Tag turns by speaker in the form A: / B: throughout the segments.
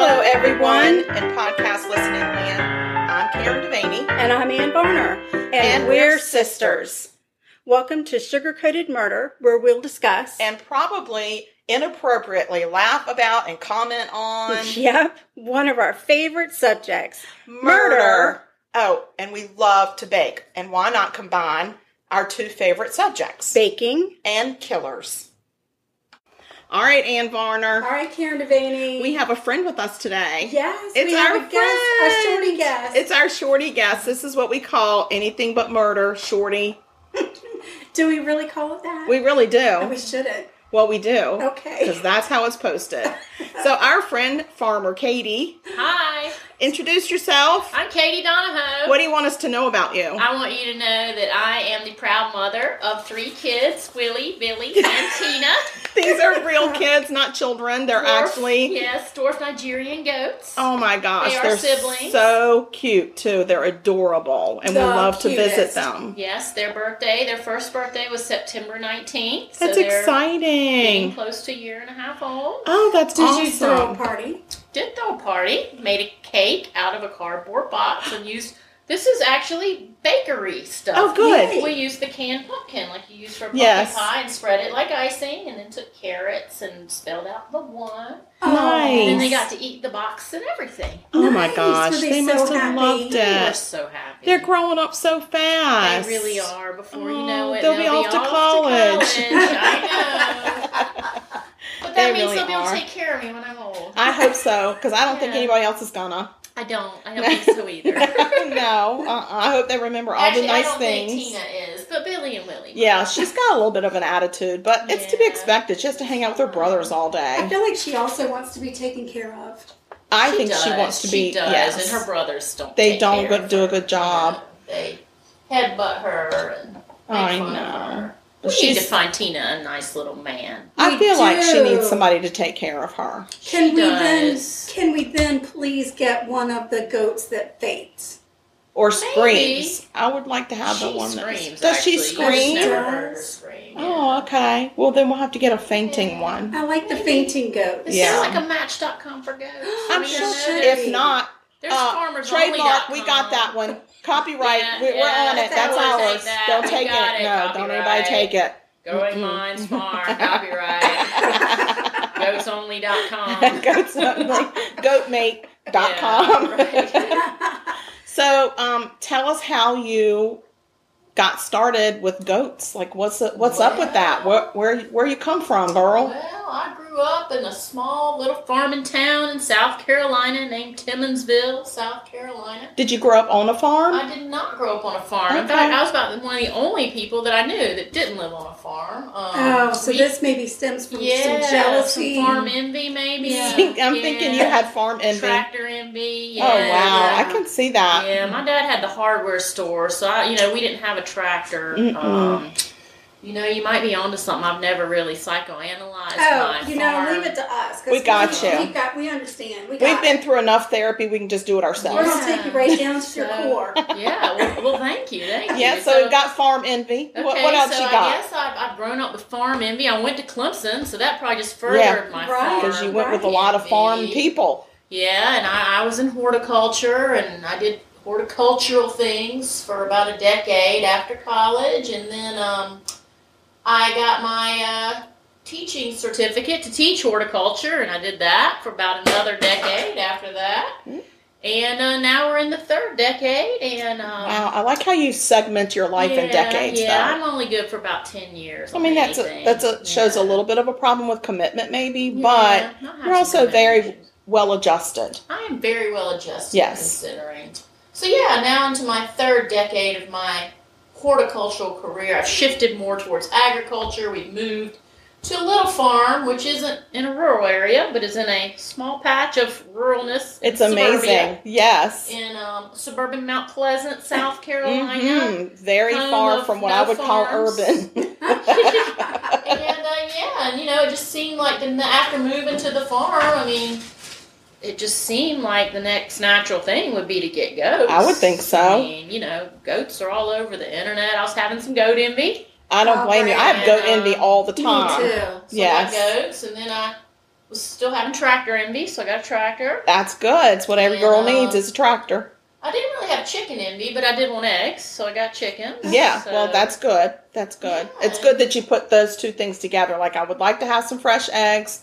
A: everyone in podcast listening land. I'm Karen Devaney,
B: And I'm Ann Varner. And, we're sisters. Welcome to Sugar Coated Murder, where we'll discuss.
A: and probably inappropriately laugh about and comment on
B: yep, one of our favorite subjects
A: murder. Oh, and we love to bake. And why not combine our two favorite subjects
B: baking.
A: and killers? All right, Ann Varner.
B: All right, Karen Devaney.
A: We have a friend with us today.
B: yes,
A: It's
B: we have
A: our
B: a guest, a
A: friend.
B: shorty guest.
A: It's our shorty guest. This is what we call anything but murder, shorty.
B: Do we really call it that?
A: We really
B: No,
A: do.
B: we shouldn't.
A: Well, we do. Because
B: Okay.
A: that's how it's posted. So, our friend, Farmer Katie,
C: Hi,
A: introduce yourself.
C: I'm Katie Donahoe.
A: What do you want us to know about you?
C: I want you to know that I am the proud mother of three kids Willie, Billy, and Tina.
A: These are real kids, not children. They're
C: Dwarf-
A: actually,
C: Yes, dwarf Nigerian goats.
A: oh my gosh,
C: They are
A: they're
C: siblings.
A: so cute too. They're adorable, and
B: The
A: we love to visit
B: cutest.
A: them.
C: Yes, their birthday, their first birthday was September
A: That's
C: 19th. so they're Getting
A: exciting.
C: close to a year and a half old.
A: Oh, that's
B: Did
A: awesome.
B: you throw a party?
C: Did throw a party, made a cake out of a cardboard box, and used. This is actually bakery stuff.
A: Oh, good.
B: Yay.
C: We used the canned pumpkin, like you use for pumpkin
A: Yes.
C: pie, and spread it like icing, and then took carrots and spelled out the one.
B: Oh,
C: And
A: Nice.
C: then they got to eat the box and everything.
A: Oh my
B: Nice.
A: gosh,
B: Were
A: they,
B: they so
A: must have
B: happy?
A: loved
B: They
C: They were
A: it.
C: so happy.
A: They're growing up so
C: They
A: fast.
C: really are. Before you
A: Oh,
C: know it,
A: they'll be off to college.
C: I know. But
A: They
C: that means
A: really
C: they'll be able
A: are.
C: to take care of me when I'm old.
A: I hope so, because I don't think
C: Yeah.
A: anybody else is gonna.
C: I don't. I don't think so either.
A: no, uh-uh. I hope they remember all
C: Actually,
A: the nice
C: I don't
A: things.
C: think Tina is, but Billy and Willie.
A: Yeah, she's got a little bit of an attitude, but it's to be
C: Yeah.
A: expected. She has to hang out with her brothers all
B: I
A: day.
B: feel like she also wants to be taken care of.
A: I
C: She
A: think she
C: does,
A: wants to
C: she
A: be.
C: does,
A: yes,
C: and her brothers don't.
A: They
C: take
A: don't
C: care
A: go-
C: of
A: do a
C: her.
A: good job.
C: They headbutt her. And make
A: I
C: fun
A: know.
C: Of her. We need
A: She's-
C: to find Tina a nice little man.
A: I
B: We
A: feel like she
B: do.
A: needs somebody to take care of her.
B: Can
C: She
B: we
C: does.
B: then? Can we then please get one of the goats that faints?
A: Or
C: Maybe.
A: screams. I would like to have the
C: she
A: one that
C: screams.
A: does she
C: actually.
B: I've
A: scream?
C: I've never heard her
B: Does.
C: scream.
A: Oh, okay. Well, then we'll have to get a fainting one.
B: I like the
C: Maybe.
B: fainting goat.
C: Is
A: Yeah.
C: there like a Match.com for goats?
A: I'm
B: We
A: sure.
B: should.
A: If not,
C: There's
A: uh,
C: farmers
A: trademark. We got that one. Copyright.
C: Yeah,
A: we,
C: yeah,
A: we're on it.
B: that's
A: That's
B: ours.
A: ours.
C: Take that.
A: Don't
C: We
A: take it.
C: got it.
A: No, don't anybody
C: Copyright.
A: take it.
C: Going
A: Mm-mm.
C: Mines Farm, copyright. GoatsOnly.com.
A: goatmate.com.
C: Yeah, right.
A: So, um, tell us how you got started with goats. Like, what's what's up with that? Where where where you come from, girl?
C: Well, I grew up in a small little farming town in South Carolina named Timminsville, South Carolina.
A: Did you grow up on a farm?
C: I did not grow up on a farm. In
A: Um, Okay.
C: fact, I was about one of the only people that I knew that didn't live on a farm. Um,
B: Oh, so
C: we-
B: this maybe stems from
C: yeah,
B: some jealousy.
C: some farm envy, maybe.
B: Yeah.
A: I'm thinking you
C: Yeah.
A: had farm envy.
C: tractor envy. Yeah,
A: oh wow,
C: yeah.
A: I can see that.
C: Yeah, my dad had the hardware store, so I, you know, we didn't have a tractor.
A: Mm-mm.
C: Um, you know, you might be onto something. I've never really psychoanalyzed
B: oh,
C: my
B: you know,
C: farm.
B: leave it to us. 'cause
A: We got
B: we,
C: you.
B: We got. We understand. We got
A: We've been through enough therapy. We can just do it
B: We're
A: ourselves.
B: gonna take you right down to your
C: So-
B: core.
C: yeah, well, well, thank you, thank
A: Yeah.
C: you.
A: so we've got farm envy.
C: Okay,
A: what, what else
C: so
A: you
C: I
A: got?
C: guess I've, I've grown up with farm envy. I went to Clemson, so that probably just furthered
A: Yeah.
C: my
B: Right.
C: farm.
A: Because you went with a
C: envy.
A: lot of farm people.
C: Yeah, and I, I was in horticulture, and I did horticultural things for about a decade after college, and then um, I got my uh, teaching certificate to teach horticulture, and I did that for about another decade after that.
A: Hmm.
C: And uh, now we're in the third decade, and um,
A: Wow, I like how you segment your life in
C: yeah,
A: decades.
C: Yeah,
A: though.
C: I'm only good for about ten years.
A: I mean
C: on
A: that's a,
C: anything.
A: that's a shows a
C: Yeah.
A: little bit of a problem with commitment maybe,
C: Yeah,
A: but
C: I have
A: you're
C: some
A: also very-
C: commitments.
A: well adjusted.
C: I am very well adjusted
A: Yes.
C: considering. So yeah, now into my third decade of my horticultural career, I've shifted more towards agriculture. We've moved to a little farm, which isn't in a rural area, but is in a small patch of ruralness. in
A: It's amazing. Yes.
C: suburbia, in um, suburban Mount Pleasant,
A: Mm-hmm.
C: South Carolina.
A: hmm Very
C: Home
A: far
C: of
A: from what
C: no
A: I would call
C: farms.
A: urban.
C: and uh, yeah, and you know, it just seemed like then the, after moving to the farm, I mean, it just seemed like the next natural thing would be to get goats.
A: I would think so.
C: I mean, you know, goats are all over the internet. I was having some goat envy.
A: I don't
B: Oh,
A: blame you. I have
C: right.
A: goat envy all the
B: Me
A: time.
B: too.
C: So
A: Yes.
C: I got goats, and then I was still having tractor envy, so I got a tractor.
A: That's good. It's what every girl
C: Yeah.
A: needs is a tractor.
C: I didn't really have chicken envy, but I did want eggs, so I got chickens.
A: Yeah,
C: so-
A: well, that's good. That's good.
C: Yeah.
A: It's good that you put those two things together. Like, I would like to have some fresh eggs.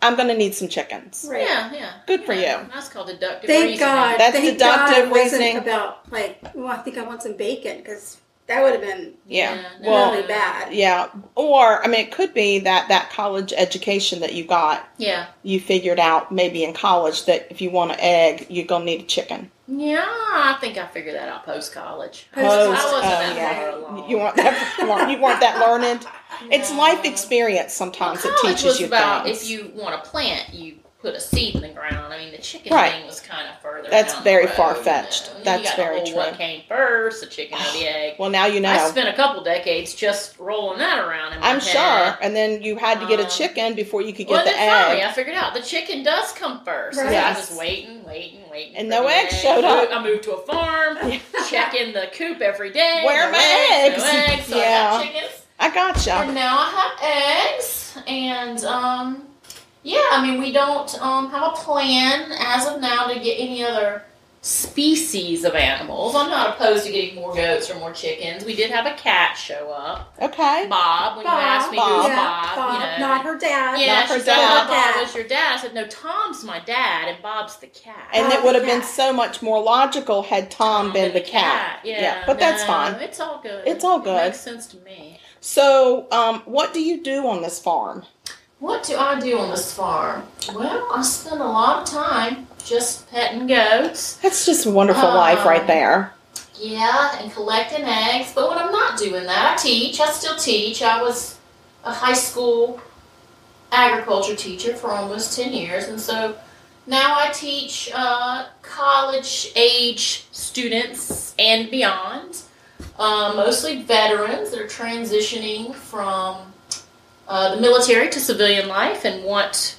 A: I'm going to need some chickens.
B: Right.
C: yeah, yeah.
A: Good for
C: yeah.
A: you.
C: That's called deductive
B: Thank
C: reasoning.
B: God.
A: That's
B: thank
A: deductive
B: God it wasn't
A: reasoning.
B: about like, well, I think I want some bacon because that would have been
A: Yeah.
C: Yeah.
A: Well,
B: really bad.
A: yeah. Or, I mean, it could be that that college education that you got,
C: Yeah.
A: you figured out maybe in college that if you want an egg, you're going to need a chicken.
C: Yeah, I think I figured that out post college.
B: Post-
C: I wasn't
B: Post-
C: that
B: oh,
C: far
B: yeah.
C: along.
A: um, You want that? you weren't- you weren't that learned? It's
C: No.
A: life experience
C: Well,
A: sometimes that
C: college
A: teaches
C: was
A: you
C: about
A: things.
C: if you want to plant, you put a seed in the ground. I mean, the chicken
A: Right.
C: thing was kind of further.
A: That's
C: down
A: very
C: the road,
A: far-fetched.
C: you know. And then
A: That's
C: you got
A: very
C: the whole What
A: true.
C: came first, the chicken or the egg?
A: well, now you know.
C: I spent a couple decades just rolling that around in my
A: I'm
C: head.
A: sure. And then you had to get a
C: Um,
A: chicken before you could get
C: well,
A: the
C: then finally,
A: egg.
C: I figured out the chicken does come first.
B: Right.
C: So I
A: Yes.
C: was waiting, waiting, waiting,
A: And no
C: for the
A: eggs showed up.
C: I moved to a farm, check in the coop every day.
A: Where are
C: no
A: my
C: No
A: eggs?
C: eggs. So I
A: Yeah.
C: got chickens.
A: I gotcha.
C: And now I have eggs, and um, yeah, I mean we don't um, have a plan as of now to get any other species of animals. I'm not opposed to getting more goats or more chickens. We did have a cat show up,
A: Okay.
C: Bob.
B: Bob,
C: When you asked me
A: Bob,
C: who's
B: yeah,
C: Bob, you know.
B: not her dad.
C: yeah,
A: not her
C: she said,
A: dad.
C: "Oh, Bob was your dad. I said, no, Tom's my dad, and Bob's the cat.
A: And
B: Bob
A: it would
B: the
A: have been
B: cat.
A: so much more logical had Tom been the cat.
C: Yeah,
A: but that's
C: no,
A: fine.
C: It's all good.
A: It's all
C: It
A: good.
C: makes sense to me.
A: So, um, what do you do on this farm?
C: What do I do on this farm? Well, I spend a lot of time just petting goats.
A: That's just a wonderful life right
C: Um,
A: there.
C: Yeah, and collecting eggs. But when I'm not doing that, I teach. I still teach. I was a high school agriculture teacher for almost 10 years. And so now I teach uh, college age students and beyond, uh, mostly veterans that are transitioning from uh, the military to civilian life and want,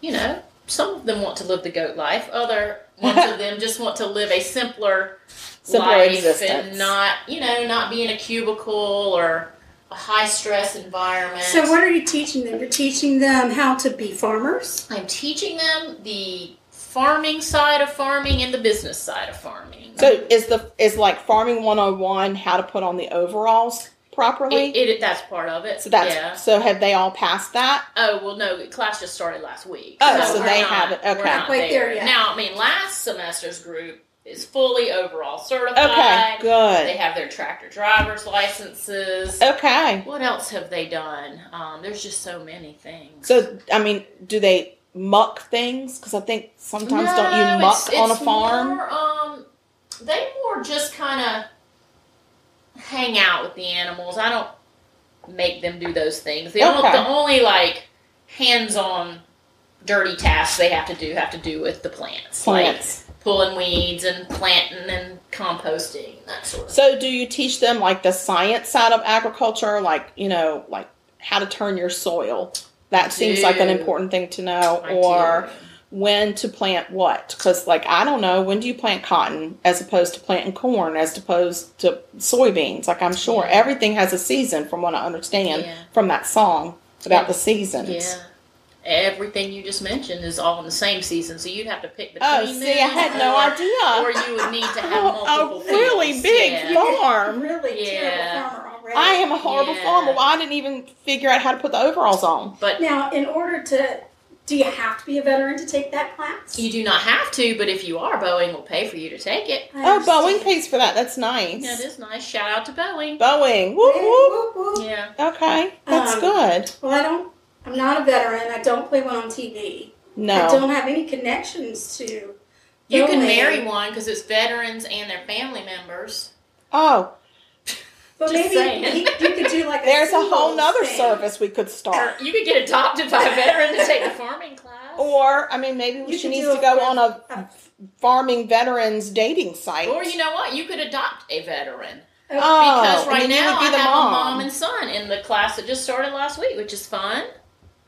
C: you know, some of them want to live the goat life. Other ones of them just want to live a simpler,
A: Simpler
C: life
A: existence.
C: and not, you know, not be in a cubicle or a high stress environment.
B: So what are you teaching them? You're teaching them how to be farmers.
C: I'm teaching them the farming side of farming and the business side of farming.
A: So, is the is like farming 101 how to put on the overalls properly?
C: it, it, that's part of it.
A: so that's
C: yeah.
A: so have they all passed that?
C: Oh well, no, class just started last week.
A: Oh,
B: so
C: we're
A: they
C: not-
A: haven't- okay.
C: we're not
B: Quite there
C: there
B: yet.
C: Now, I mean, last semester's group is fully overall certified.
A: Okay,
C: Uh, They
A: good. Oh.
C: have their tractor driver's licenses.
A: Okay.
C: What else have they done? Um, there's just so many things.
A: So, I mean, do they muck things? Because I think sometimes don't
C: No,
A: you muck
C: it's-
A: on a
C: it's
A: farm?
C: more, um, they more just kind of hang out with the animals. I don't make them do those things. The, only,
A: Okay.
C: the only like hands-on dirty tasks they have to do have to do with the plants,
A: plants.
C: like pulling weeds and planting and composting and that sort of.
A: So, do you teach them like the science side of agriculture, like you know, like how to turn your soil? That seems like an
C: do.
A: important thing to know,
C: I do.
A: or when to plant what? Because, like, I don't know when do you plant cotton as opposed to planting corn, as opposed to soybeans. Like, I'm sure
C: Yeah.
A: everything has a season, from what I understand
C: Yeah.
A: from that song about
C: Yeah.
A: the seasons.
C: yeah. Everything you just mentioned is all in the same season, so you'd have to pick between
A: Oh, see, I
C: them
A: had no
C: or-
A: idea.
C: or you would need to have
A: A
C: multiple
A: really
C: fields.
A: big
C: Yeah.
A: farm.
B: really
C: Yeah.
B: terrible farmer already.
A: I am a horrible
C: Yeah.
A: farmer. Well, I didn't even figure out how to put the overalls on.
C: But
B: Now, in order to, do you have to be a veteran to take that class?
C: you do not have to, but if you are, Boeing will pay for you to take it.
B: I
A: Oh, Boeing
B: understand.
A: pays for that. That's nice.
C: That is nice. Shout out to Boeing.
A: Boeing. Whoop,
B: Whoop,
A: whoop.
B: whoop, whoop.
C: Yeah.
A: Okay, that's
B: Um,
A: good.
B: Well, I don't. I'm not a veteran. I don't play one on TV. I
A: No.
B: don't have any connections to.
C: You can
B: filming.
C: marry one because it's veterans and their family members.
A: Oh,
B: But
C: Just
B: maybe
C: saying.
B: he- you could do like.
A: there's a whole
B: singles
A: nother
B: thing.
A: service we could start.
C: You could get adopted by a veteran to take the farming class.
A: Or, I mean, maybe
B: You
A: she
B: could
A: needs
B: do
A: to
B: a
A: go
B: farm-
A: on a
B: a-
A: farming veterans dating site.
C: uh, Or you know what? You could adopt a veteran.
A: oh,
C: because right
A: and then you
C: now
A: would be
C: I
A: the
C: have
A: mom.
C: a mom and son in the class that just started last week, which is fun.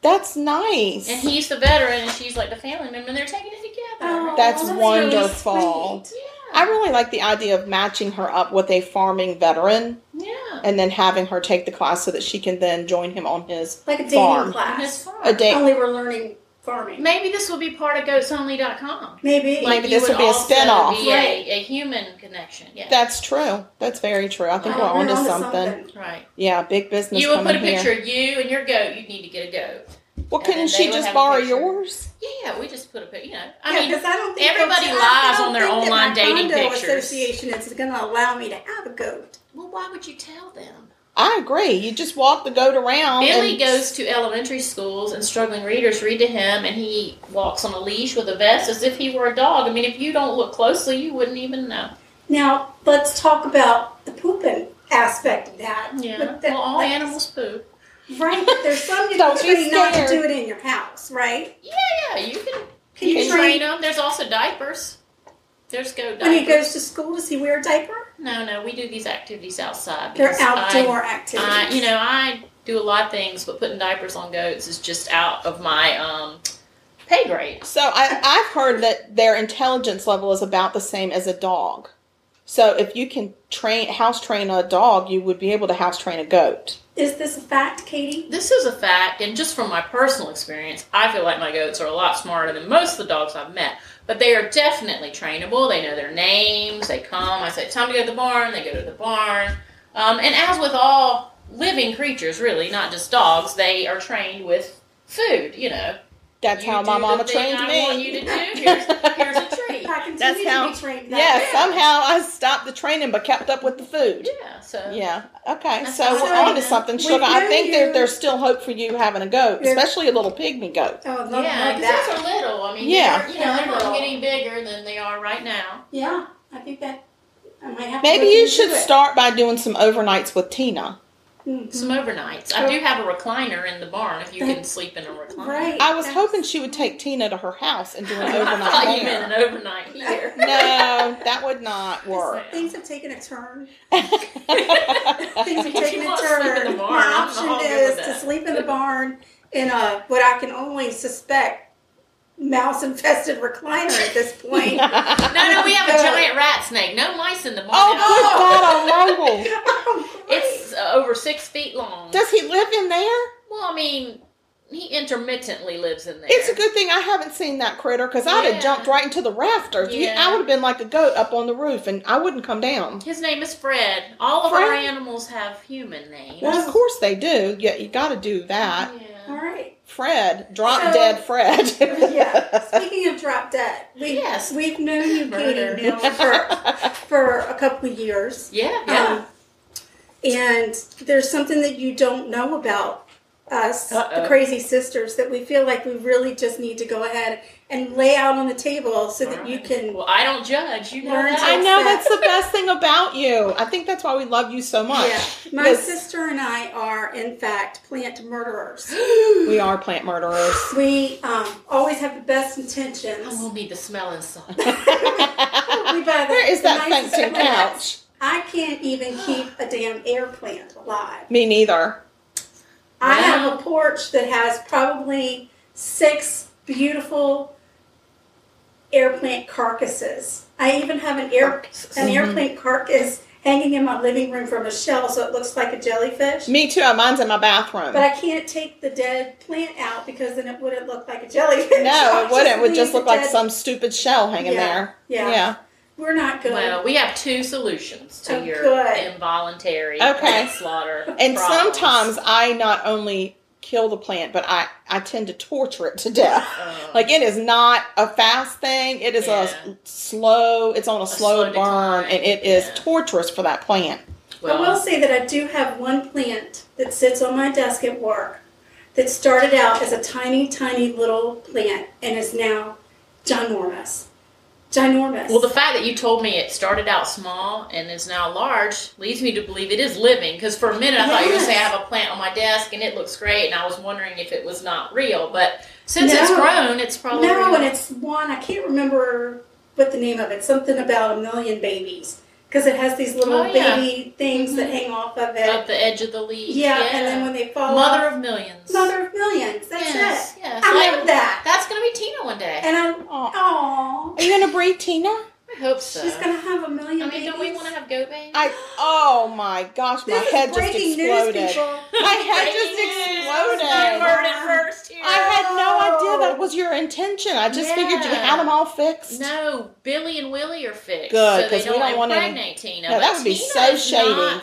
A: That's nice.
C: And he's the veteran and she's like the family member and they're taking it together.
B: Oh,
A: That's
B: really
A: wonderful.
B: sweet.
C: Yeah.
A: I really like the idea of matching her up with a farming veteran
C: yeah.
A: and then having her take the class so that she can then join him on his
B: Like a dating
A: Farm.
B: class.
C: His farm.
A: a date.
B: Only we're learning farming.
C: Maybe this will be part of goatsonly.com.
B: Maybe.
A: Like- Maybe
C: you
A: this will
C: would
A: be a
C: also
A: spin-off.
C: be a,
B: Right.
C: a human connection. Yeah.
A: That's true. That's very true. I think we're
B: Oh, we're
A: onto
B: onto
A: something.
C: right.
A: Yeah, big business.
C: You would
A: coming
C: put a
A: here.
C: picture of you and your goat. You need to get a goat.
A: Well,
C: and
A: couldn't
C: then they
A: she
C: would
A: just
C: have a
A: borrow
C: picture.
A: yours?
C: Yeah, we just put a pic. You know,
B: Yeah,
C: I mean,
B: 'cause I don't think
C: everybody
B: that's-
C: lies
B: I don't
C: on their
B: think that
C: online
B: my
C: dating
B: condo
C: pictures.
B: Association is going to allow me to have a goat.
C: well, why would you tell them?
A: I agree. You just walk the goat
B: Um,
A: around.
C: Billy
A: and-
C: goes to elementary schools and struggling readers read to him, and he walks on a leash with a vest as if he were a dog. I mean, if you don't look closely, you wouldn't even know.
B: Now let's talk about the pooping aspect of that.
C: Yeah.
B: But that-
C: Well, all
B: that's-
C: animals poop.
B: Right. but There's some you can
A: Don't be
B: train not to
A: scared.
B: do it in your house, right?
C: Yeah, yeah. You can,
B: Can
C: you
B: you
C: can train
B: train
C: them. There's also diapers. There's go diapers.
B: when he goes to school? Does he wear a diaper?
C: no, no. We do these activities outside.
B: They're
C: because I-
B: outdoor
C: I,
B: activities.
C: you know, I do a lot of things, but putting diapers on goats is just out of my um, pay grade.
A: So I, I've heard that their intelligence level is about the same as a dog. So if you can train house train a dog, you would be able to house train a goat.
B: Is this a fact, Katie?
C: This is a fact, and just from my personal experience, I feel like my goats are a lot smarter than most of the dogs I've met. But they are definitely trainable. They know their names. They come. I say, time to go to the barn. They go to the barn. Um, and as with all living creatures, really, not just dogs, they are trained with food. You know,
A: That's
C: You
A: how my
C: do the
A: mama
C: thing
A: trained
C: I
A: me.
C: want you to do. Here's, here's a treat.
B: I continue
A: That's
B: to
A: how-
B: be trained that
A: yeah,
B: way.
A: somehow I stopped the training but kept up with the food.
C: Yeah. So
A: Yeah. Okay.
C: That's
A: So we're
B: awesome.
A: on to something,
B: We've
A: sugar. I
B: known
A: think
B: you-
A: there, there's still hope for you having a goat,
B: Yeah.
A: especially a little pygmy goat.
B: Oh, I love
C: Yeah,
B: like
C: because
B: that.
C: those are little. I mean,
A: Yeah.
C: they're, you know,
B: Yeah,
C: they're not
B: little.
C: getting bigger than they are right now.
B: Yeah, I think that I might have. to
A: Maybe
B: look
A: you
B: into
A: should
B: it.
A: start by doing some overnights with Tina.
B: Mhm.
C: Some overnights. I do have a recliner in the barn if you can sleep in a recliner.
B: Right.
A: I was
B: That's-
A: hoping she would take Tina to her house and do an
C: I thought
A: overnight
C: you
A: there.
C: meant an overnight here.
A: No, that would not work.
B: Things have taken a turn. Things have
C: If you
B: taken a
C: wanna sleep in
B: turn.
C: the barn,
B: My
C: I'm all
B: option
C: over
B: is to
C: that.
B: sleep in the barn in a what I can only suspect mouse infested recliner at this point.
C: no, no, we have a
B: Good.
C: giant rat snake. No mice in the barn.
A: oh, good Oh, God almighty.
C: It's uh, over six feet long.
A: Does he live in there?
C: well, I mean, he intermittently lives in there.
A: It's a good thing I haven't seen that critter because I'd
C: Yeah.
A: have jumped right into the rafters. You-
C: Yeah.
A: I would have been like a goat up on the roof and I wouldn't come down.
C: His name is Fred. All of our
A: Fred?
C: animals have human names.
A: Well, of course they do. Yeah, you got to do that.
B: All
C: Yeah.
B: right.
A: Fred, drop
B: So-
A: dead Fred.
B: Yeah. Speaking of drop dead, we
C: Yes.
B: we've known you
C: Murder.
B: Katie now for for a couple of years.
C: Yeah. yeah.
B: Um, and there's something that you don't know about us,
C: Uh-oh.
B: the crazy sisters, that we feel like we really just need to go ahead and lay out on the table so that you
C: Alright.
B: can
C: Well, I don't judge. You know
B: Learn
C: that.
A: I
B: to-
A: know that's the best thing about you. I think that's why we love you so much.
B: Yeah. My
A: Because
B: sister and I are, in fact, plant murderers.
A: we are plant murderers.
B: We um, always have the best
C: I'm
B: intentions.
C: gonna be the smelling salt.
B: We buy the-
A: Where is
B: the
A: that
B: nicest
A: fencing
B: plants.
A: couch?
B: I can't even keep a damn air plant alive.
A: Me neither.
B: I
C: Wow.
B: have a porch that has probably six beautiful air plant carcasses. I even have an air an air
A: Mm-hmm.
B: plant carcass hanging in my living room from a shell, so it looks like a jellyfish.
A: Me too. Uh, Mine's in my bathroom.
B: But I can't take the dead plant out because then it wouldn't look like a jellyfish.
A: no,
B: I'll
A: it wouldn't. It would
B: leave
A: just
B: the
A: look like
B: dead-
A: some stupid shell hanging
B: Yeah,
A: there.
B: Yeah, we're not good.
C: Well, we have two solutions to
B: Oh,
C: your
B: good.
C: involuntary
A: Okay.
C: plant slaughter.
A: And
C: problems.
A: sometimes I not only kill the plant, but I, I tend to torture it to death.
C: Uh,
A: Like it is not a fast thing. It is a
C: Yeah.
A: s- slow. It's on a, slow,
C: slow
A: burn,
C: decline,
A: and it is
C: yeah.
A: torturous for that plant.
B: I will say that I do have one plant that sits on my desk at work that started out as a tiny, tiny little plant and is now ginormous. Ginormous.
C: Well, the fact that you told me it started out small and is now large leads me to believe it is living. Because for a minute I thought you were
B: Yes.
C: saying I have a plant on my desk and it looks great, and I was wondering if it was not real. But since it's
B: No.
C: grown, it's probably
B: no,
C: real.
B: and it's one, I can't remember what the name of it, something about a million babies. Because it has these little
C: Oh, yeah. Mm-hmm.
B: baby things that hang off of it.
C: up the edge of the leaf.
B: yeah, and then when they fall
C: mother
B: off,
C: of millions.
B: mother of millions. That's
C: yes,
B: it.
C: yes.
B: I
C: Like,
B: love that.
C: That's gonna be Tina one day.
B: And I'm,
A: Aw.
B: oh,
A: Are you gonna breed Tina?
C: I hope so.
B: she's going to have a million
C: I mean, don't we
B: babies.
C: want to have goat babies?
A: I oh my gosh, my
B: This is
A: head just
B: breaking
A: exploded.
B: news, people.
A: My head
C: Breaking
A: just
C: news.
A: exploded.
C: You heard it first here.
A: I had no idea that was your intention. I just figured you had them all fixed.
C: No, Billy and Willie are fixed.
A: Good,
C: so they
A: 'cause we
C: don't,
A: don't wanna-
C: impregnate Tina.
A: No,
C: but
A: that would be so
C: Tina's
A: shady.
C: Not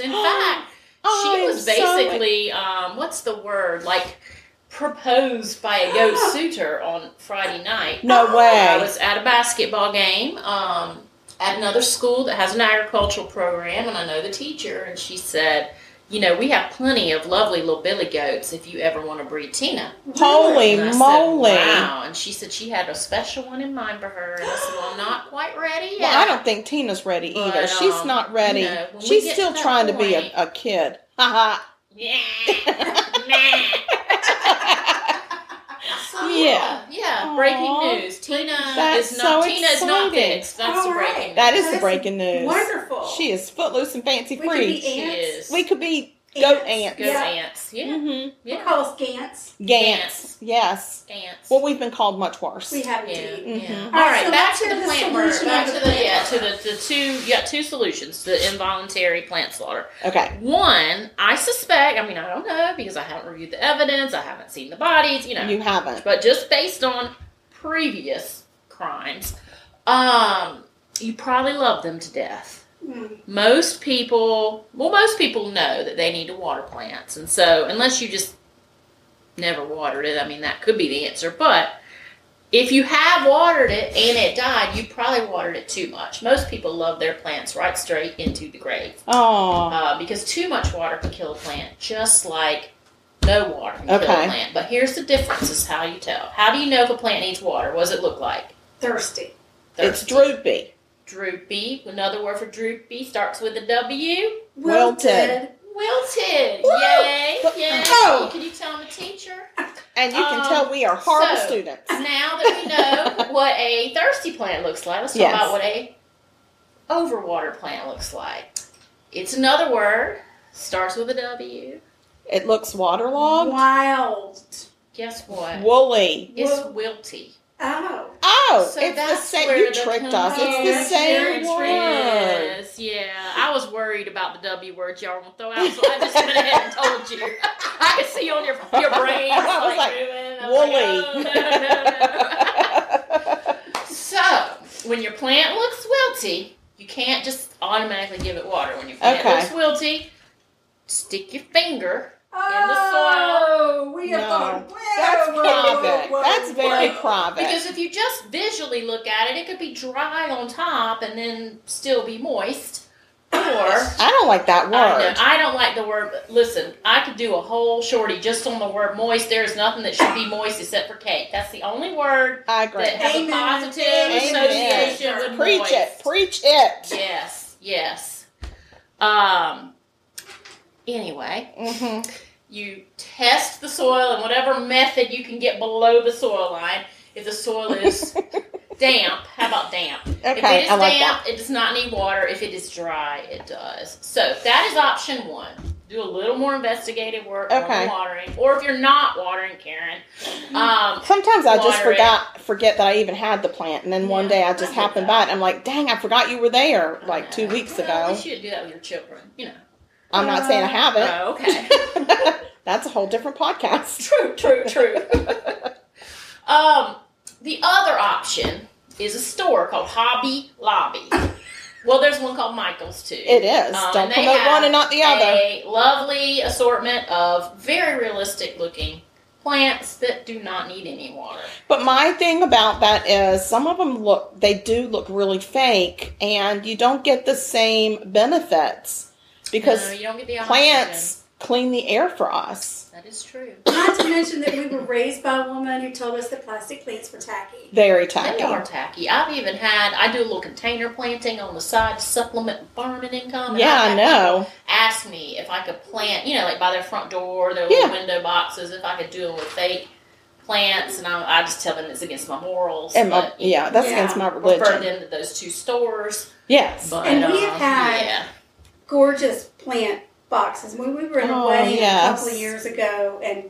C: In fact, she
A: Oh, I'm
C: was
A: so-
C: basically um, what's the word like proposed by a ghost suitor on Friday night.
A: no
C: Oh, I
A: way.
C: was at a basketball game um, at another school that has an agricultural program, and I know the teacher, and she said, "You know, we have plenty of lovely little billy goats if you ever want to breed Tina."
A: Holy
C: And I said,
A: moly.
C: wow. And she said she had a special one in mind for her. And I said, Well, I'm not quite ready yet.
A: Well, I don't think Tina's ready either.
C: But,
A: She's
C: um,
A: not ready.
C: you know, when we
A: She's
C: get
A: still
C: to that
A: trying to be
C: point-
A: a, a kid. Ha
C: So,
A: Yeah.
C: Yeah.
A: Aw,
C: breaking news. Tina
A: that's
C: is not
A: so
C: Tina is not
A: exciting.
C: fixed. That's
B: All
C: the
B: right.
C: breaking
A: That is the
B: That's
A: breaking news.
B: Wonderful.
A: She is footloose and fancy
B: We could
A: free.
B: be
C: news. She
B: Ants.
C: is.
A: we could be goat ants.
C: go
B: Yeah.
C: ants. Yeah.
A: Mm-hmm.
B: We
C: Yeah.
B: call us Gants.
A: Gants. Yes.
C: Ants.
A: Well, we've been called much worse.
B: We have
C: Yeah.
B: indeed.
A: Mhm.
C: yeah. All
B: All right,
C: right,
B: so
C: back
B: let's
C: to
B: hear
C: the
B: the
C: plant murder.
B: solution
C: Back
B: of
C: to
B: the
C: the yeah,
B: plant
C: to the, the two you got two solutions to involuntary plant slaughter.
A: Okay.
C: One, I suspect, I mean, I don't know because I haven't reviewed the evidence, I haven't seen the bodies, you know,
A: You haven't.
C: but just based on previous crimes, um, you probably love them to death.
B: Mm.
C: Most people, well, most people know that they need to water plants. And so, unless you just never watered it, I mean, that could be the answer. But if you have watered it and it died, you probably watered it too much. Most people love their plants right straight into the grave
A: Oh.
C: uh, because too much water can kill a plant, just like no water can kill
A: Okay.
C: a plant. But here's the difference: is how you tell. How do you know if a plant needs water? What does it look like?
B: Thirsty.
A: It's
C: Thirsty.
A: droopy.
C: droopy. Another word for droopy starts with a W.
A: Wilted.
C: Wilted.
A: Woo!
C: Yay!
A: But-
C: Yay!
A: Oh!
C: Can you tell I'm a teacher?
A: And you can
C: Um,
A: tell we are horrible
C: so-
A: students.
C: Now that we know what a thirsty plant looks like, let's talk
A: Yes.
C: about what a overwater plant looks like. It's another word. Starts with a W.
A: It looks waterlogged,
B: Wild.
C: Guess what?
A: woolly.
C: It's
B: Well-
C: wilty.
B: Oh.
A: Oh,
C: So
A: it's the
C: that's
A: same.
C: where
A: You
C: the
A: tricked us. It's the same
C: confusion
A: word.
C: is. Yeah, I was worried about the W word y'all want to throw out, so I just went ahead and told you. I could see on your your brain.
A: I was like,
C: Woolly. "Oh." so when your plant looks wilty, you can't just automatically give it water. When your plant
A: Okay.
C: looks wilty, stick your finger.
B: Oh, we have
A: No.
B: gone way
A: That's
B: over.
A: private.
B: Whoa,
A: That's very
B: whoa.
A: private.
C: Because if you just visually look at it, it could be dry on top and then still be moist. Or I,
A: I don't like that
C: know,
A: word.
C: I don't like the word. But listen, I could do a whole shorty just on the word moist. There's nothing that should be moist except for cake. That's the only word
A: I agree.
C: that has
B: Amen.
C: a positive
A: Amen.
C: association with
A: Preach
C: moist.
A: it. Preach it.
C: Yes, yes. Um. Anyway,
A: hmm
C: you test the soil and whatever method you can get below the soil line. If the soil is damp, how about damp? if it
A: Okay,
C: is
A: I like that.
C: damp, it does not need water. If it is dry, it does. So that is option one. Do a little more investigative work
A: Okay. Mm-hmm.
C: on watering, or if you're not watering, Karen. Um,
A: Sometimes I just
C: Water it.
A: forgot forget that I even had the plant, and then one
C: Yeah,
A: day I
C: I
A: just
C: get
A: happened
C: that.
A: by it. and I'm like, dang, I forgot you were there like two
C: uh,
A: weeks
C: well, At
A: ago.
C: least you should do that with your children. You know.
A: I'm not saying I haven't.
C: Oh, okay.
A: That's a whole different podcast.
C: true, true, true. um, the other option is a store called Hobby Lobby. Well, there's one called Michael's too.
A: It is.
C: Um,
A: Don't
C: and they
A: promote
C: have
A: one and not the other.
C: A lovely assortment of very realistic looking plants that do not need any water.
A: But my thing about that is some of them look, they do look really fake, and you don't get the same benefits
C: No,
A: because
C: you don't get the oxygen.
A: plants clean the air for us.
C: That is true.
B: Not to mention that we were raised by a woman who told us that plastic plants were tacky.
A: Very
C: They are
A: tacky.
C: tacky. I've even had I do a little container planting on the side to supplement farming income. and
A: Yeah,
C: I've
A: I
C: had
A: know.
C: asked me if I could plant, you know, like by their front door, their
A: Yeah.
C: little window boxes, if I could do them with fake plants, and I, I just tell them it's against my morals.
A: And my,
C: but, you
A: yeah, that's
B: yeah,
A: against my
C: know, refer
A: religion.
C: them to those two stores.
A: Yes.
C: But,
B: And we
C: um,
B: have had-
C: yeah,
B: Gorgeous plant boxes. When we were in a
A: Oh,
B: wedding
A: yes.
B: a couple of years ago, and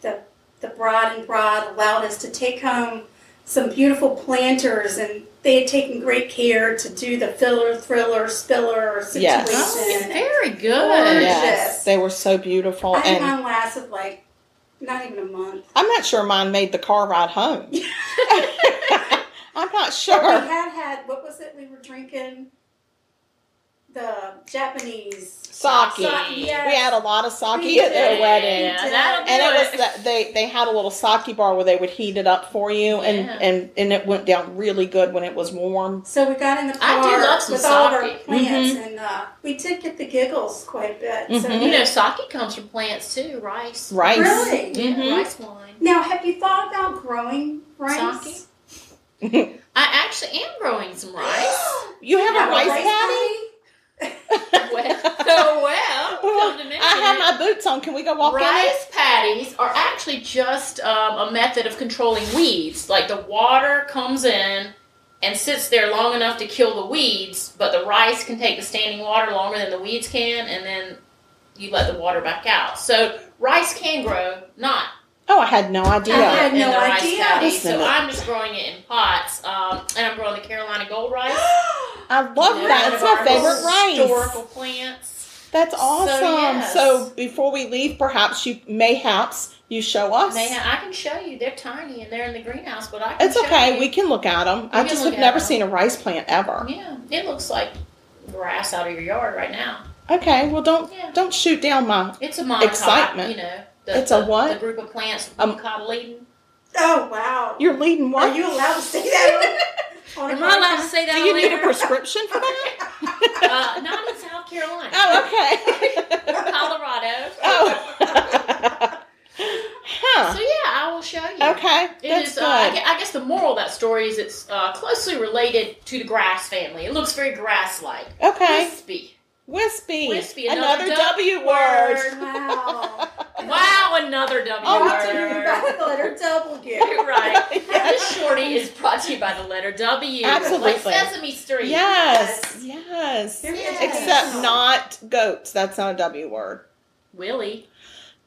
B: the the bride and bride allowed us to take home some beautiful planters, and they had taken great care to do the filler, thriller, spiller situation.
A: Yes.
C: oh, yeah, very good.
B: Gorgeous.
A: Yes. They were so beautiful.
B: I had
A: Oh, And
B: one last of like not even a month.
A: I'm not sure mine made the car ride home. I'm not
B: We
A: sure.
B: had had what was it? We were drinking the Japanese.
A: Sake.
C: Sake,
A: We
B: yes.
A: had a lot of sake
B: We
A: at their
B: did.
A: wedding.
B: Yeah,
D: that'll do
A: And it was
D: it.
A: that they they had a little sake bar where they would heat it up for you, and
C: Yeah.
A: and and it went down really good when it was warm.
B: So we got in the car
C: I do love some
B: with all of our
C: sake.
B: plants, and uh, we did get the giggles quite a bit. So
A: Mhm.
C: You know, sake comes from plants too, Mm-hmm. rice.
A: Rice.
B: Really?
C: Yeah,
A: Mhm.
C: rice wine.
B: Now, have you thought about growing rice?
C: Sake? I actually am growing some rice.
A: You have
B: Have
A: a rice paddy?
C: well, so well,
A: Well,
C: come to mention
A: I have
C: it,
A: my boots on. Can we go walk in it?
C: rice patties are actually just um, a method of controlling weeds. Like the water comes in and sits there long enough to kill the weeds, but the rice can take the standing water longer than the weeds can, and then you let the water back out. So rice can grow, not
A: Oh, I had no idea.
B: I had
C: in
B: no
C: the
B: idea.
C: rice patty.
A: Listen
C: So
A: up.
C: I'm just growing it in pots, um, and I'm growing the Carolina gold rice.
A: I love
C: Yeah,
A: that.
C: one
A: It's
C: of
A: my
C: our
A: favorite rice.
C: Historical plants.
A: That's
C: So,
A: awesome. So,
C: yes.
A: before we leave, perhaps you mayhaps you show us.
C: They ha- I can show you. They're tiny and they're in the greenhouse, but I can
A: It's
C: show
A: okay.
C: you.
A: We can look at them. I
C: can
A: just
C: look
A: have
C: at
A: never
C: 'em.
A: seen a rice plant ever.
C: Yeah, it looks like grass out of your yard right now.
A: Okay. Well, don't
C: Yeah.
A: don't shoot down my.
C: It's a monocot.
A: Excitement.
C: You know, the,
A: It's a
C: the-
A: what?
C: The group of plants
A: Um,
C: monocotyledon.
B: Oh wow!
A: You're leading
B: Are
A: what?
B: you allowed to say that? on- on a
D: Am I allowed to
B: podcast?
D: say that?
A: Do you
D: on
A: need a
D: air?
A: prescription for that?
C: uh, not in South Carolina.
A: oh, okay.
C: Or Colorado.
A: oh. huh.
C: So yeah, I will show you.
A: Uh. Okay.
C: It
A: That's
C: is,
A: good.
C: uh, I gue- I guess the moral of that story is it's uh, closely related to the grass family. It looks very grass-like.
A: okay.
C: Wispy.
A: Wispy.
C: Wispy,
A: Another,
C: another
A: W
C: duck
A: word.
C: word.
B: Wow!
C: Wow, another W
A: Oh,
B: Brought to you
C: word.
B: by the letter W.
C: You're right. This shorty is brought to you by the letter W.
A: Absolutely.
C: Like Sesame Street.
A: Yes.
B: Yes.
A: Yes.
B: Very
C: Yes.
A: Except
B: educational.
A: not goats. That's not a W word.
C: Willie.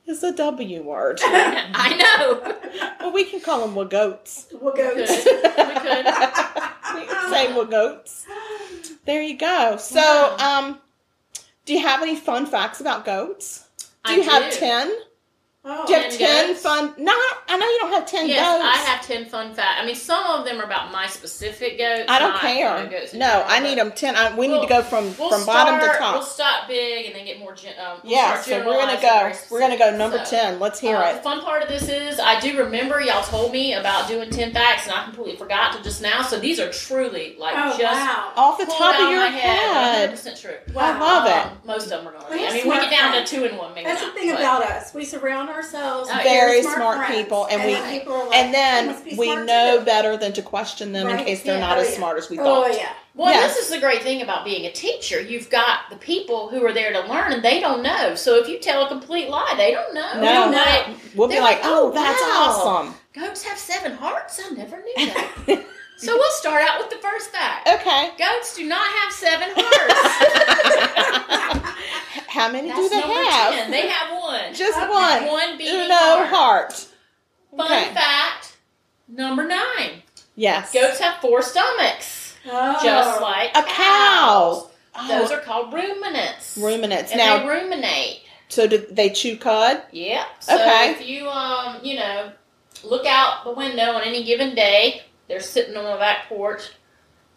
A: It's a W word.
C: I know.
A: well, we can call them goats.
B: We'll go.
C: Good.
B: to-
C: We could.
A: We can say goats. There you go. So, um, do you have any fun facts about goats? Do
C: I
A: you have ten?
B: Oh,
A: Do you have
C: 10
A: ten
C: goats?
A: fun? No, I know you don't have ten
C: Yes,
A: goats.
C: I have ten fun facts. I mean, some of them are about my specific goats.
A: I don't
C: not, you know,
A: care.
C: goats in
A: No,
C: general,
A: I need
C: but
A: them ten. I, we need to
C: We'll-
A: go from
C: We'll
A: from bottom to
C: start-
A: top.
C: We'll start big and then get more. gen- Um, we'll
A: yeah,
C: start
A: so we're gonna
C: generalizing
A: go.
C: very
A: We're gonna go
C: specific.
A: number
C: So,
A: ten. Let's hear
C: uh,
A: it.
C: The fun part of this is I do remember y'all told me about doing ten facts, and I completely forgot till just now. So these are truly like
B: Oh
C: just
B: wow!
A: Off the
C: pulled
A: top
C: out
A: of your
C: my head.
A: head.
C: 100% true.
A: I love it.
C: Um, Most of them are going to
B: We're
C: be. I
B: just
C: mean, we
B: smart
C: get down to
B: friends.
C: two and one, maybe.
B: That's the
C: not,
B: thing
C: but-
B: about us. We surround ourselves
C: Oh,
B: with
A: Very
B: smart,
A: smart
B: friends,
A: people, and we-
B: then people are like,
A: And
B: "You
A: then
B: must be
A: we
B: smart
A: know
B: too."
A: better than to question them in
B: Right.
A: case they're
B: Yeah.
A: not
B: Oh,
A: as
B: yeah.
A: smart as we
B: Oh
A: thought.
B: yeah.
C: Well,
A: Yes.
C: this is the great thing about being a teacher. You've got the people who are there to learn, and they don't know. So if you tell a complete lie, they don't know.
A: No.
C: They don't know.
A: We'll be
C: They're
A: like,
C: like,
A: oh,
C: "Oh,
A: that's
C: wow."
A: awesome.
C: Goats have seven hearts. I never knew that. so we'll start out with the first fact.
A: okay.
C: Goats do not have seven hearts.
A: How many
C: That's
A: do they
C: number
A: have?
C: ten. They have one.
A: Just
B: Okay.
A: one.
C: one beating
A: Uno
C: heart.
A: heart.
C: Fun
A: Okay.
C: fact number nine:
A: Yes.
C: goats have four stomachs,
B: Oh.
C: just like
A: A cow.
C: cows.
A: Oh,
C: Those are called ruminants.
A: ruminants.
C: And
A: now,
C: they ruminate.
A: so do they chew cud?
C: Yep. So
A: Okay.
C: if you um, you know, look out the window on any given day, they're sitting on the back porch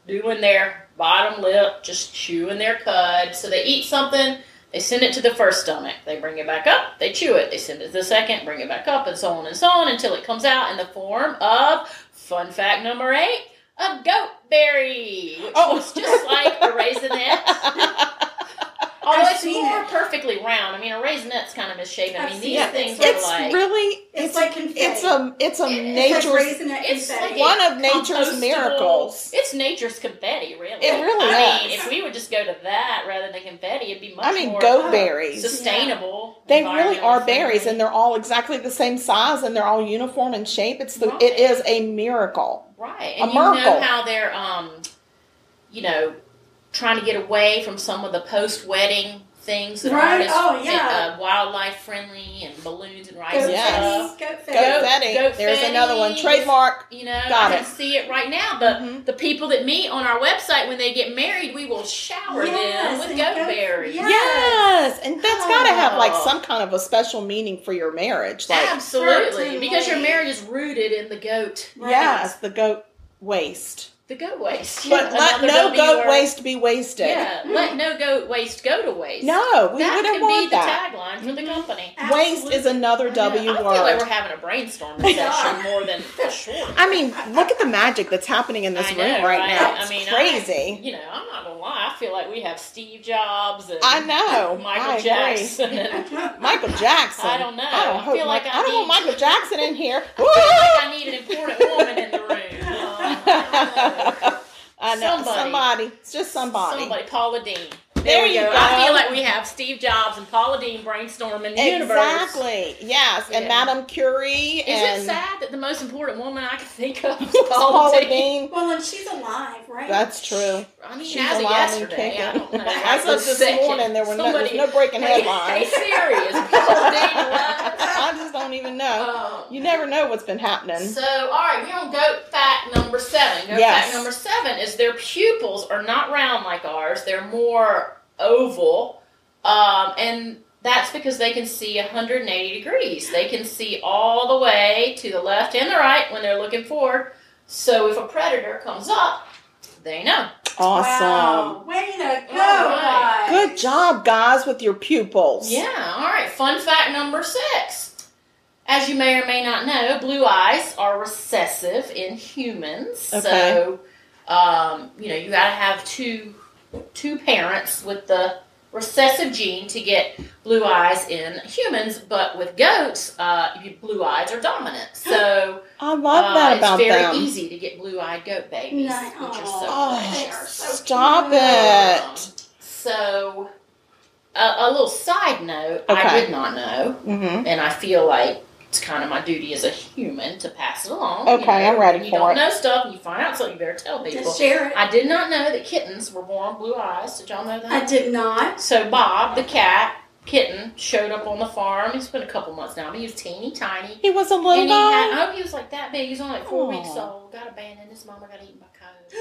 C: doing their bottom lip, just chewing their cud. So they eat something, they send it to the first stomach, they bring it back up, they chew it, they send it to the second, bring it back up, and so on and so on until it comes out in the form of fun fact number eight, a goat berry. Which
A: Oh.
C: looks just like a raisinette. Although
B: I've
C: it's
B: seen
C: more
B: it.
C: perfectly round. I mean, a raisinette's kind of misshapen. I
B: I've
C: mean,
B: seen
C: these
B: it.
C: things
A: it's
C: are like
A: really
B: It's
A: it's
B: like confetti.
A: it's a it's a
C: It's
B: It's like
A: nature's
B: raising it
C: It's
B: confetti.
C: like
A: one of nature's
C: compostable.
A: miracles.
C: It's nature's confetti, really.
A: It really
C: I mean,
A: is.
C: if we would just go to that rather than confetti, it'd be much
A: I mean,
C: more
A: goat
B: oh,
A: berries.
C: sustainable.
A: They really are
C: environmentally
A: berries, and
C: friendly.
A: they're all exactly the same size, and they're all uniform in shape. It's the
C: Right.
A: it is a miracle.
C: right. And
A: a
C: you know
A: miracle.
C: how they're, um, you know, trying to get away from some of the post-wedding things that
B: Right,
C: are artists,
B: oh, yeah.
C: uh, wildlife friendly and balloons and rice
B: Goat
C: and stuff.
B: Fetty,
A: Yes.
B: goat
A: Goat
B: Fetty.
A: Fetty.
C: goat
A: There's another one.
C: fetties.
A: Trademark.
C: You know,
A: Got
C: I
A: it.
C: can see it right now. But
A: Mhm.
C: the people that meet on our website when they get married, we will shower
B: Yes,
C: them with
B: and
C: goat
B: goat-
C: berries.
B: yeah.
A: Yes. And that's got to have like
C: Oh.
A: some kind of a special meaning for your marriage. Like,
C: Absolutely,
B: Certainly.
C: because your marriage is rooted in the goat,
B: Right.
A: yes, the goat waste.
C: the goat waste.
A: But let
C: Another
A: no
C: W
A: goat
C: word.
A: waste be wasted.
C: Yeah, let no goat waste go to waste.
A: No, we
C: that
A: wouldn't
C: could
A: want
C: be
A: that.
C: the tagline for the company.
A: Waste is another
C: I
A: W
C: feel like we're
A: word.
C: having a brainstorming session more than sure.
A: I mean, look at the magic that's happening in this
C: I
A: room
C: know,
A: right,
C: right?
A: now.
C: I
A: It's
C: mean, I-
A: crazy.
C: You know, I'm not gonna lie. I feel like we have Steve Jobs and
A: I know.
C: Michael
A: I agree.
C: Jackson. And,
A: Michael Jackson.
C: I don't know.
A: I don't,
C: I
A: hope
C: feel like
A: Mike-
C: I
A: I don't want
C: need-
A: Michael Jackson in here.
C: like I need an important woman in the room. Um, I don't know.
A: I know
C: Somebody.
A: somebody. It's just somebody.
C: Paula Dean. There,
A: There
C: we
A: you
C: go.
A: go.
C: I feel like we have Steve Jobs and Paula Dean brainstorming the universe.
A: Exactly. Yes, and
C: Yeah.
A: Madame Curie
C: Is
A: and
C: it sad that the most important woman I could think of is Paula,
A: Paula
C: Dean?
A: Dean.
B: Well, and she's alive, right?
A: That's true.
C: I mean,
A: She's
C: as of
A: alive and
C: yesterday, I
A: kicking.
C: don't know.
A: As of this morning, there were no, there's no breaking
C: Hey,
A: headlines.
C: serious. Paula Dean alive?
A: I just don't even know.
C: Um,
A: You never know what's been happening.
C: So, all right, we're on goat fact number seven. Goat
A: Yes.
C: fact number seven is their pupils are not round like ours; they're more oval, um, and that's because they can see 180 degrees. They can see all the way to the left and the right when they're looking forward. So, if a predator comes up, they know.
B: Wow.
A: Awesome.
B: Way to go,
C: right.
B: guys.
A: Good job, guys, with your pupils.
C: Yeah. All right. Fun fact number six. As you may or may not know, blue eyes are recessive in humans.
A: Okay.
C: So, um, you know, you got to have two two parents with the recessive gene to get blue eyes in humans. But with goats, uh, you- blue eyes are dominant. So
A: I love
C: uh,
A: that
C: it's
A: about
C: very
A: them.
C: easy to get blue-eyed goat babies,
B: Nice.
C: which are so
A: Oh,
B: They
C: precious.
B: are so
A: stop
B: cute.
A: it.
C: So, a, a little side note
A: Okay.
C: I did not know,
A: Mm-hmm.
C: and I feel like it's kind of my duty as a human to pass it along.
A: Okay, I'm ready
C: you
A: for
C: don't
A: it.
C: know stuff and you find out something, you better tell people.
B: Just share it.
C: I did not know that kittens were born blue eyes. Did y'all know that?
B: I did not.
C: So, Bob, the cat, kitten, showed up on the farm. It's been a couple months now, but he was teeny tiny.
A: He was a little
C: And he
A: guy.
C: had, oh, he was like that big. He was only like four
A: Aw.
C: weeks old. Got abandoned. His mama got eaten by coyotes.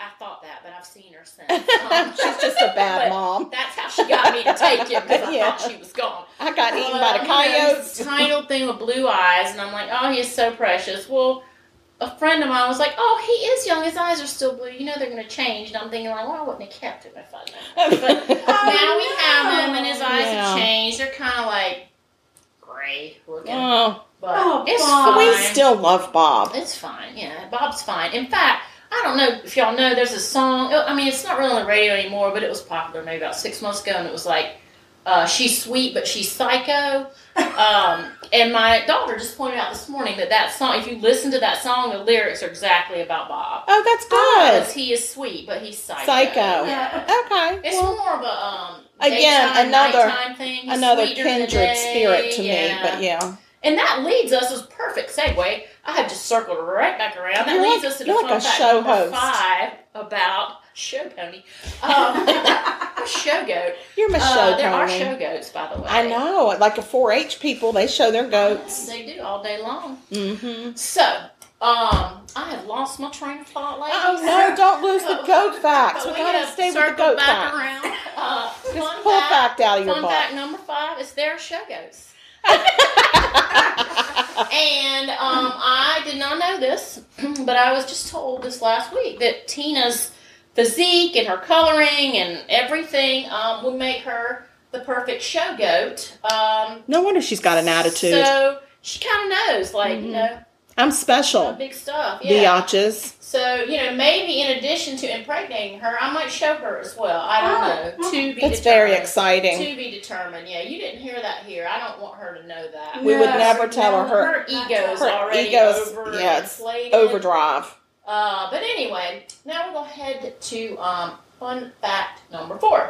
C: I thought that, but I've seen her since. Um,
A: She's just a bad
C: but
A: mom.
C: That's how she got me to take him because I
A: Yeah.
C: thought she was gone.
A: I got eaten by the
C: Well, you know,
A: coyotes.
C: this tiny little thing with blue eyes, and I'm like, oh, he is so precious. Well, a friend of mine was like, oh, he is young. His eyes are still blue. You know they're going to change. And I'm thinking, like, well, I wouldn't have kept him if I knew.
B: Oh,
C: now we
B: no.
C: have him, and his eyes have
A: Yeah.
C: changed. They're kind of like gray looking,
A: oh,
C: but
B: Oh,
C: it's
B: Bob.
A: we
C: fine.
A: still love Bob.
C: It's fine, yeah. Bob's fine. In fact, I don't know if y'all know, there's a song. oh, I mean, it's not really on the radio anymore, but it was popular maybe about six months ago, and it was like, uh, "She's sweet, but she's psycho." Um, and my daughter just pointed out this morning that that song, if you listen to that song, the lyrics are exactly about Bob.
A: Oh, that's
C: Because
A: good.
C: he is sweet, but he's psycho.
A: Psycho.
C: Yeah.
A: Okay.
C: It's
A: well,
C: more of a um,
A: Again,
C: daytime,
A: another-
C: nighttime thing. He's
A: another
C: sweet during the
A: kindred
C: day,
A: spirit to me,
C: yeah.
A: but yeah.
C: And that leads us as perfect segue. I have just circled right back around. That
A: You're
C: leads
A: like-
C: us to the
A: you're
C: fun
A: like a
C: fact
A: show
C: number
A: host.
C: five about show pony. Um, show goat.
A: You're my
C: Uh,
A: show
C: there are
A: pony.
C: show goats, by the way.
A: I know. Like the 4-H people, they show their goats.
C: They do all day long.
A: Mm-hmm.
C: So, um, I have lost my train of thought, ladies.
A: Oh no! Don't lose the goat facts.
C: But
A: We
C: we
A: gotta
C: have
A: stay with the
C: circled
A: goat
C: back
A: facts.
C: around. Uh, fun
A: Just pull
C: fact,
A: fact out of your
C: Fun fact
A: butt.
C: number five is there are show goats. and um, I did not know this, but I was just told this last week that Tina's physique and her coloring and everything um, would make her the perfect show goat. Um,
A: No wonder she's got an attitude.
C: So she kind of knows, like,
B: Mm-hmm.
C: you know,
A: I'm
C: the
A: special.
C: big stuff. Yeah.
A: Biatches.
C: So, you know, maybe in addition to impregnating her, I might show her as well. I don't
B: Oh,
C: know. To be
A: That's very
C: determined.
A: exciting.
C: To be determined. Yeah, you didn't hear that here. I don't want her to know that.
A: We would
B: No,
A: never tell
B: no,
A: her
C: Her ego is
A: Her
C: already
A: ego is-
C: over
A: yeah, it's
C: inflated.
A: overdrive.
C: Uh, but anyway, now we're gonna head to um, fun fact number four.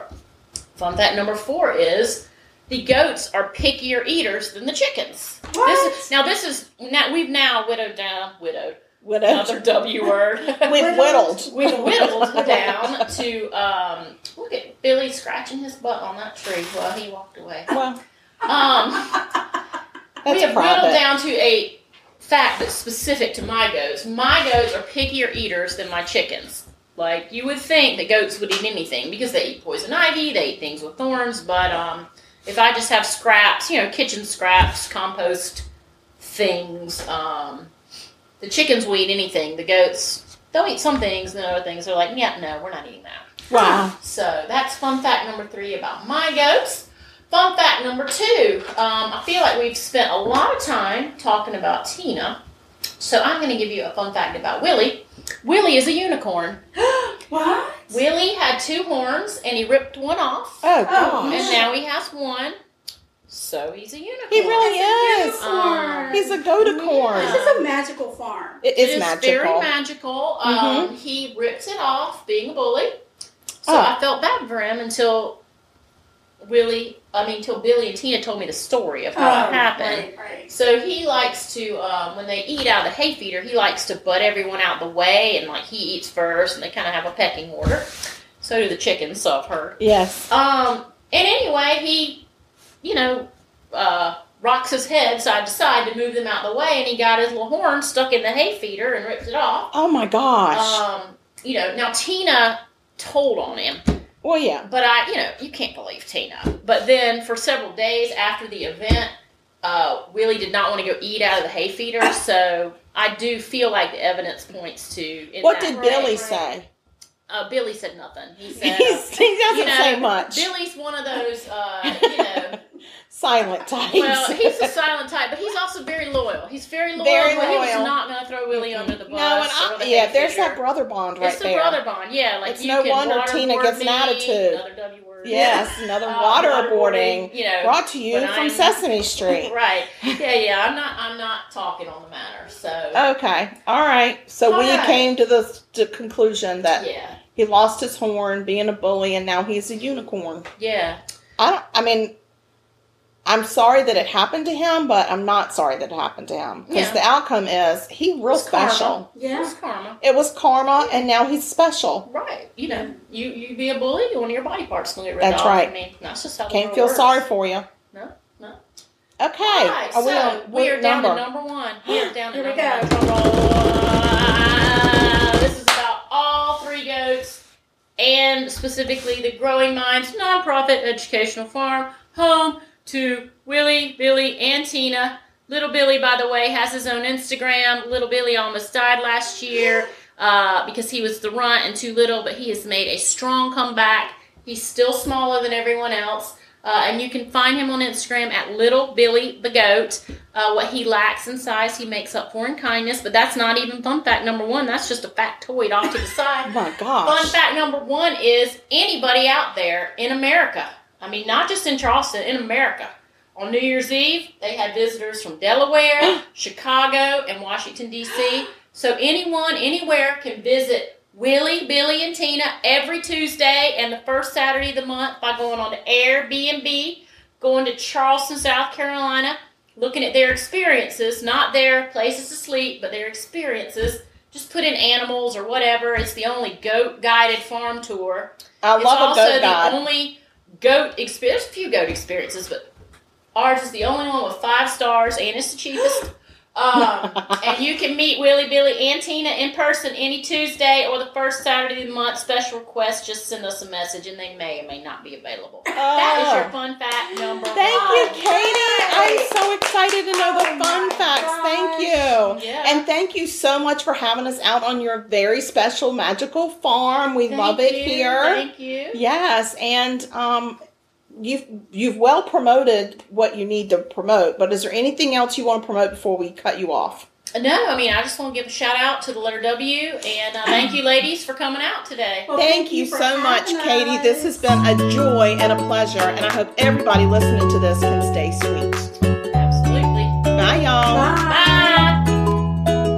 C: Fun fact number four is the goats are pickier eaters than the chickens.
B: What?
C: This is, now this is now we've now widowed down widowed another
A: Whatever.
C: W word.
A: We whittled.
C: we whittled her down to um, look at Billy scratching his butt on that tree while he walked away.
A: Well,
C: Um, we
A: that's
C: have
A: a
C: whittled
A: profit.
C: down to a fact that's specific to my goats. My goats are pickier eaters than my chickens. Like you would think that goats would eat anything because they eat poison ivy, they eat things with thorns. But um, if I just have scraps, you know, kitchen scraps, compost things, um, the chickens will eat anything. The goats they'll eat some things, and then other things are like, yeah, no, we're not eating that.
A: Wow.
C: So that's fun fact number three about my goats. Fun fact number two um, I feel like we've spent a lot of time talking about Tina. So I'm going to give you a fun fact about Willie. Willie is a unicorn.
B: what?
C: Willie had two horns and he ripped one off.
A: Oh,
B: Oh,
A: gosh.
C: And now he has one. So he's a unicorn.
A: He really
B: It's
A: is.
B: a unicorn.
A: He's a goaticorn.
C: Yeah.
B: This is a magical farm.
A: It
C: It
A: is
C: is
A: magical.
C: very magical. Um, He rips it off being a bully. So
A: Oh.
C: I felt bad for him until Willie, I mean, till Billy and Tina told me the story of how
A: Um,
C: it happened.
B: Oh, Right, right.
C: So he likes to, um, when they eat out of the hay feeder, he likes to butt everyone out the way and like he eats first and they kind of have a pecking order. So do the chickens, so I've heard.
A: yes.
C: Um, and anyway, he, you know, uh, rocks his head side to side to move them out of the way, and he got his little horn stuck in the hay feeder and ripped it off.
A: Oh my gosh.
C: Um, you know, now Tina told on him,
A: well, yeah.
C: but I, you know, you can't believe Tina. But then for several days after the event, uh, Willie did not want to go eat out of the hay feeder, so I do feel like the evidence points to. In
A: What
C: that
A: did
C: way.
A: Billy
B: right.
A: say?
C: Uh, Billy said nothing. He said. uh,
A: He's, he doesn't
C: you know,
A: say much.
C: Billy's one of those, uh, you know.
A: Silent types.
C: well, he's a silent type, but he's also very loyal. He's very loyal,
A: Very
C: but he was
A: loyal.
C: not going to throw Willie under the bus.
A: no, and
C: or
A: I,
C: the
A: yeah,
C: hay
A: there's
C: feeder.
A: that brother bond right
C: It's the
A: there.
C: brother bond, yeah. Like
A: It's
C: you
A: no
C: can
A: wonder Tina
C: waterboard
A: gets an
C: me,
A: attitude.
C: Another W word.
A: Yes, another
C: Uh,
A: waterboarding.
C: You know,
A: Brought to you
C: But
A: from
C: I'm-
A: Sesame Street.
C: right? Yeah, yeah. I'm not. I'm not talking on the matter. So
A: Oh, Okay. All right. So
C: All
A: we
C: right.
A: came to the to conclusion that
C: yeah,
A: he lost his horn being a bully and now he's a unicorn.
C: yeah.
A: I don't I mean I'm sorry that it happened to him, but I'm not sorry that it happened to him because
C: Yeah.
A: the outcome is he real
C: It's karma.
A: special.
B: Yeah.
C: It's karma.
A: It was karma, and now he's special.
C: Right. You know, you you be a bully, one of your body parts gonna get ripped
A: That's
C: off.
A: right.
C: I mean, that's just how the
A: Can't
C: world
A: feel
C: works.
A: sorry for you.
C: No, no.
A: Okay.
C: Alright,
A: are we
C: so
A: on
C: we
A: what
C: are down
A: number?
C: to number one. We are down to
B: Here we
C: number
B: go.
C: one. Ta-da! This is about all three goats and specifically the Growing Minds nonprofit educational farm, home to Willie, Billy, and Tina. Little Billy, by the way, has his own Instagram. Little Billy almost died last year uh, because he was the runt and too little, but he has made a strong comeback. He's still smaller than everyone else. Uh, and you can find him on Instagram at Little Billy the Goat. Uh, what he lacks in size, he makes up for in kindness. But that's not even fun fact number one. That's just a factoid off to the
A: Oh
C: side.
A: my gosh.
C: Fun fact number one is anybody out there in America, I mean, not just in Charleston, in America, on New Year's Eve, they had visitors from Delaware, Chicago, and Washington, D.C. So anyone, anywhere can visit Willie, Billy, and Tina every Tuesday and the first Saturday of the month by going on to Airbnb, going to Charleston, South Carolina, looking at their experiences, not their places to sleep, but their experiences. Just put in animals or whatever. It's the only goat guided farm tour.
A: I
C: it's
A: love a
C: also
A: goat
C: the
A: guide.
C: only goat experience. There's a few goat experiences, but ours is the only one with five stars and it's the cheapest. um, and you can meet Willie, Billy, and Tina in person any Tuesday or the first Saturday of the month. Special requests, just send us a message and they may or may not be available. That is your
A: Oh.
C: fun fact number
A: Thank
C: one.
A: you, Katie. I'm so excited to know
B: Oh
A: the
B: my
A: fun facts. Thank you.
C: Yeah.
A: And thank you so much for having us out on your very special magical farm. We
C: Thank
A: love it
C: you,
A: here.
C: Thank you.
A: Yes, and um, you've you've well promoted what you need to promote. But is there anything else you want to promote before we cut you off?
C: No, I mean, I just want to give a shout out to the letter W and uh, thank you, ladies, for coming out today.
B: Well,
A: Thank you
B: for
A: so much,
B: having
A: Katie. This
B: us.
A: has been a joy and a pleasure, and I hope everybody listening to this can stay sweet.
C: Absolutely.
A: Bye, y'all.
B: Bye.
C: Bye.